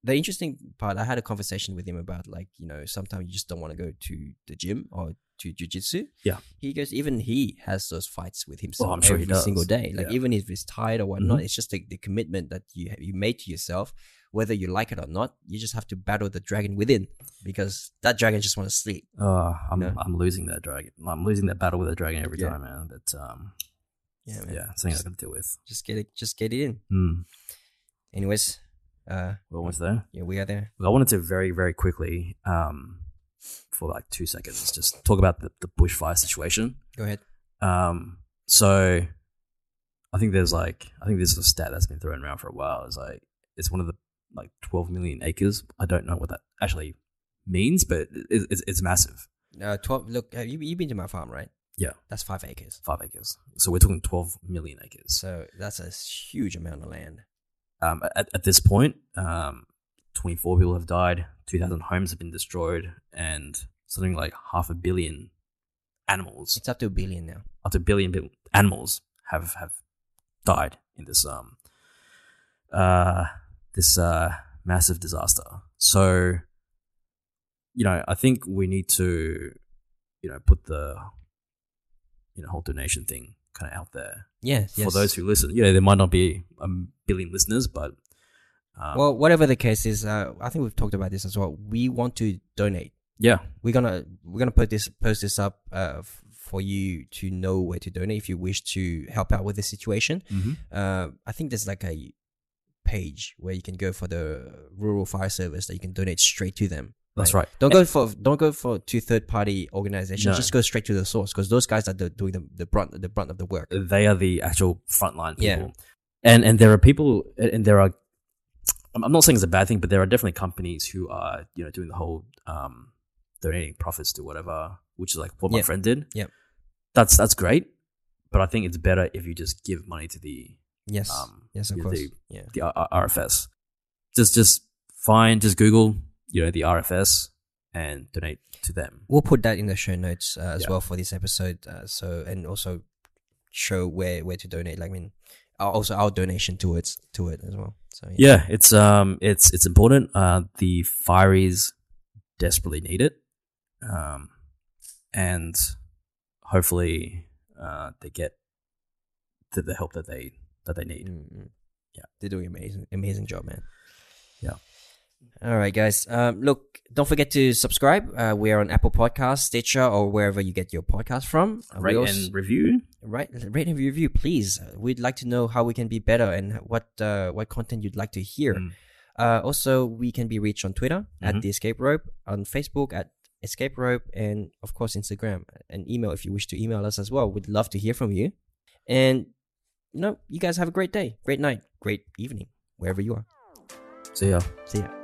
the interesting part, I had a conversation with him about like you know sometimes you just don't want to go to the gym or to jujitsu.
Yeah. Oh,
he goes. Even he has those fights with himself
I'm sure he
every
does.
single day. Like
Yeah. Mm-hmm.
even if he's tired or whatnot, it's just the, the commitment that you ha- you made to yourself. Whether you like it or not, you just have to battle the dragon within because that dragon just wants to sleep.
Oh, I'm
No.
I'm losing that dragon. I'm losing that battle with the dragon every
Yeah.
time, man. But um,
Yeah, man.
yeah, something I got to deal with.
just get it just get it in
Mm,
anyways uh
we're almost there.
yeah we are there
Well, I wanted to very very quickly, um, for like two seconds, just talk about the, the bushfire situation.
go ahead
Um, so I think there's like I think this is a stat that's been thrown around for a while. It's like it's one of the like 12 million acres. I don't know what that actually means, but it, it's, it's massive.
uh 12 look uh, you, you've been to my farm right
Yeah.
that's five acres
Five acres. So we're talking 12 million acres.
so that's a huge amount of land
um, at, at this point, um, 24 people have died, 2,000 homes have been destroyed, and something like half a billion animals,
it's up to a billion now
up to a billion bil- animals have, have died in this um, uh, this uh, massive disaster. So, you know, I think we need to, you know, put the you know whole donation thing kind of out there
Yeah.
for those who listen. You know, there might not be a billion listeners, but um,
well, whatever the case is, uh, I think we've talked about this as well. We want to donate.
yeah,
We're gonna we're gonna put this post this up uh, f- for you to know where to donate if you wish to help out with the situation.
mm-hmm.
Uh, I think there's like a page where you can go for the rural fire service that you can donate straight to them.
that's right.
Don't go for don't go for to third party organizations.
No.
Just go straight to the source because those guys are the, doing the, the brunt the brunt of the work.
They are the actual frontline
Yeah.
people, and and there are people, and and there are. I'm I'm not saying it's a bad thing, but there are definitely companies who are you know doing the whole um, donating profits to whatever, which is like what my
Yeah.
friend did.
Yep.
that's that's great, but I think it's better if you just give money to the
Yes,
Um,
yes, of
yeah,
course.
they-
yeah,
the R- R- RFS. Just just find just Google you know the RFS and donate to them.
we'll put that in the show notes uh, as
Yeah.
well for this episode. Uh, so and also show where where to donate. Like I mean, uh, also our donation to it to it as well. So yeah,
Yeah, it's um it's it's important. Uh, the fireys desperately need it, um, and hopefully uh, they get the, the help that they that they need.
Mm, mm.
Yeah.
they're doing amazing amazing job, man.
Yeah.
All right, guys. Um, look, don't forget to subscribe. Uh, we are on Apple Podcasts, Stitcher, or wherever you get your podcast from. Uh, we
Rate
also-
and review.
Right, rate and review, please. We'd like to know how we can be better and what uh, what content you'd like to hear.
Mm.
Uh, also, we can be reached on Twitter at
Mhm.
the Escape Rope, on Facebook at Escape Rope, and of course Instagram. uh, And email if you wish to email us as well. We'd love to hear from you. And you know, you guys have a great day, great night, great evening, wherever you are.
So yeah.
See ya.